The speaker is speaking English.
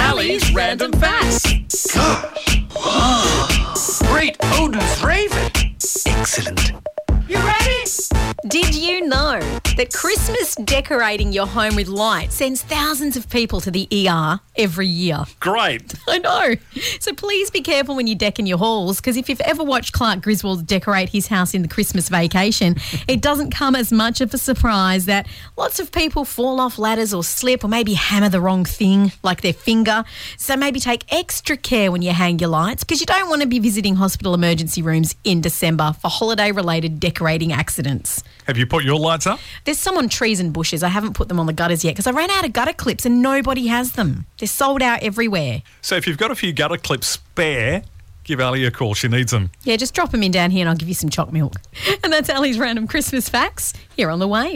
Sally's Random Facts. Gosh. Great Odin's Raven. Excellent. You ready? Did you know that Christmas decorating your home with light sends thousands of people to the ER every year? Great. I know. So please be careful when you deck in your halls because if you've ever watched Clark Griswold decorate his house in the Christmas vacation, it doesn't come as much of a surprise that lots of people fall off ladders or slip or maybe hammer the wrong thing, like their finger. So maybe take extra care when you hang your lights because you don't want to be visiting hospital emergency rooms in December for holiday related decorating accidents. Have you put your lights up? There's some on trees and bushes. I haven't put them on the gutters yet because I ran out of gutter clips and nobody has them. They're sold out everywhere. So if you've got a few gutter clips spare, give Ali a call. She needs them. Yeah, just drop them in down here and I'll give you some chalk milk. And that's Ali's random Christmas facts here on the wave.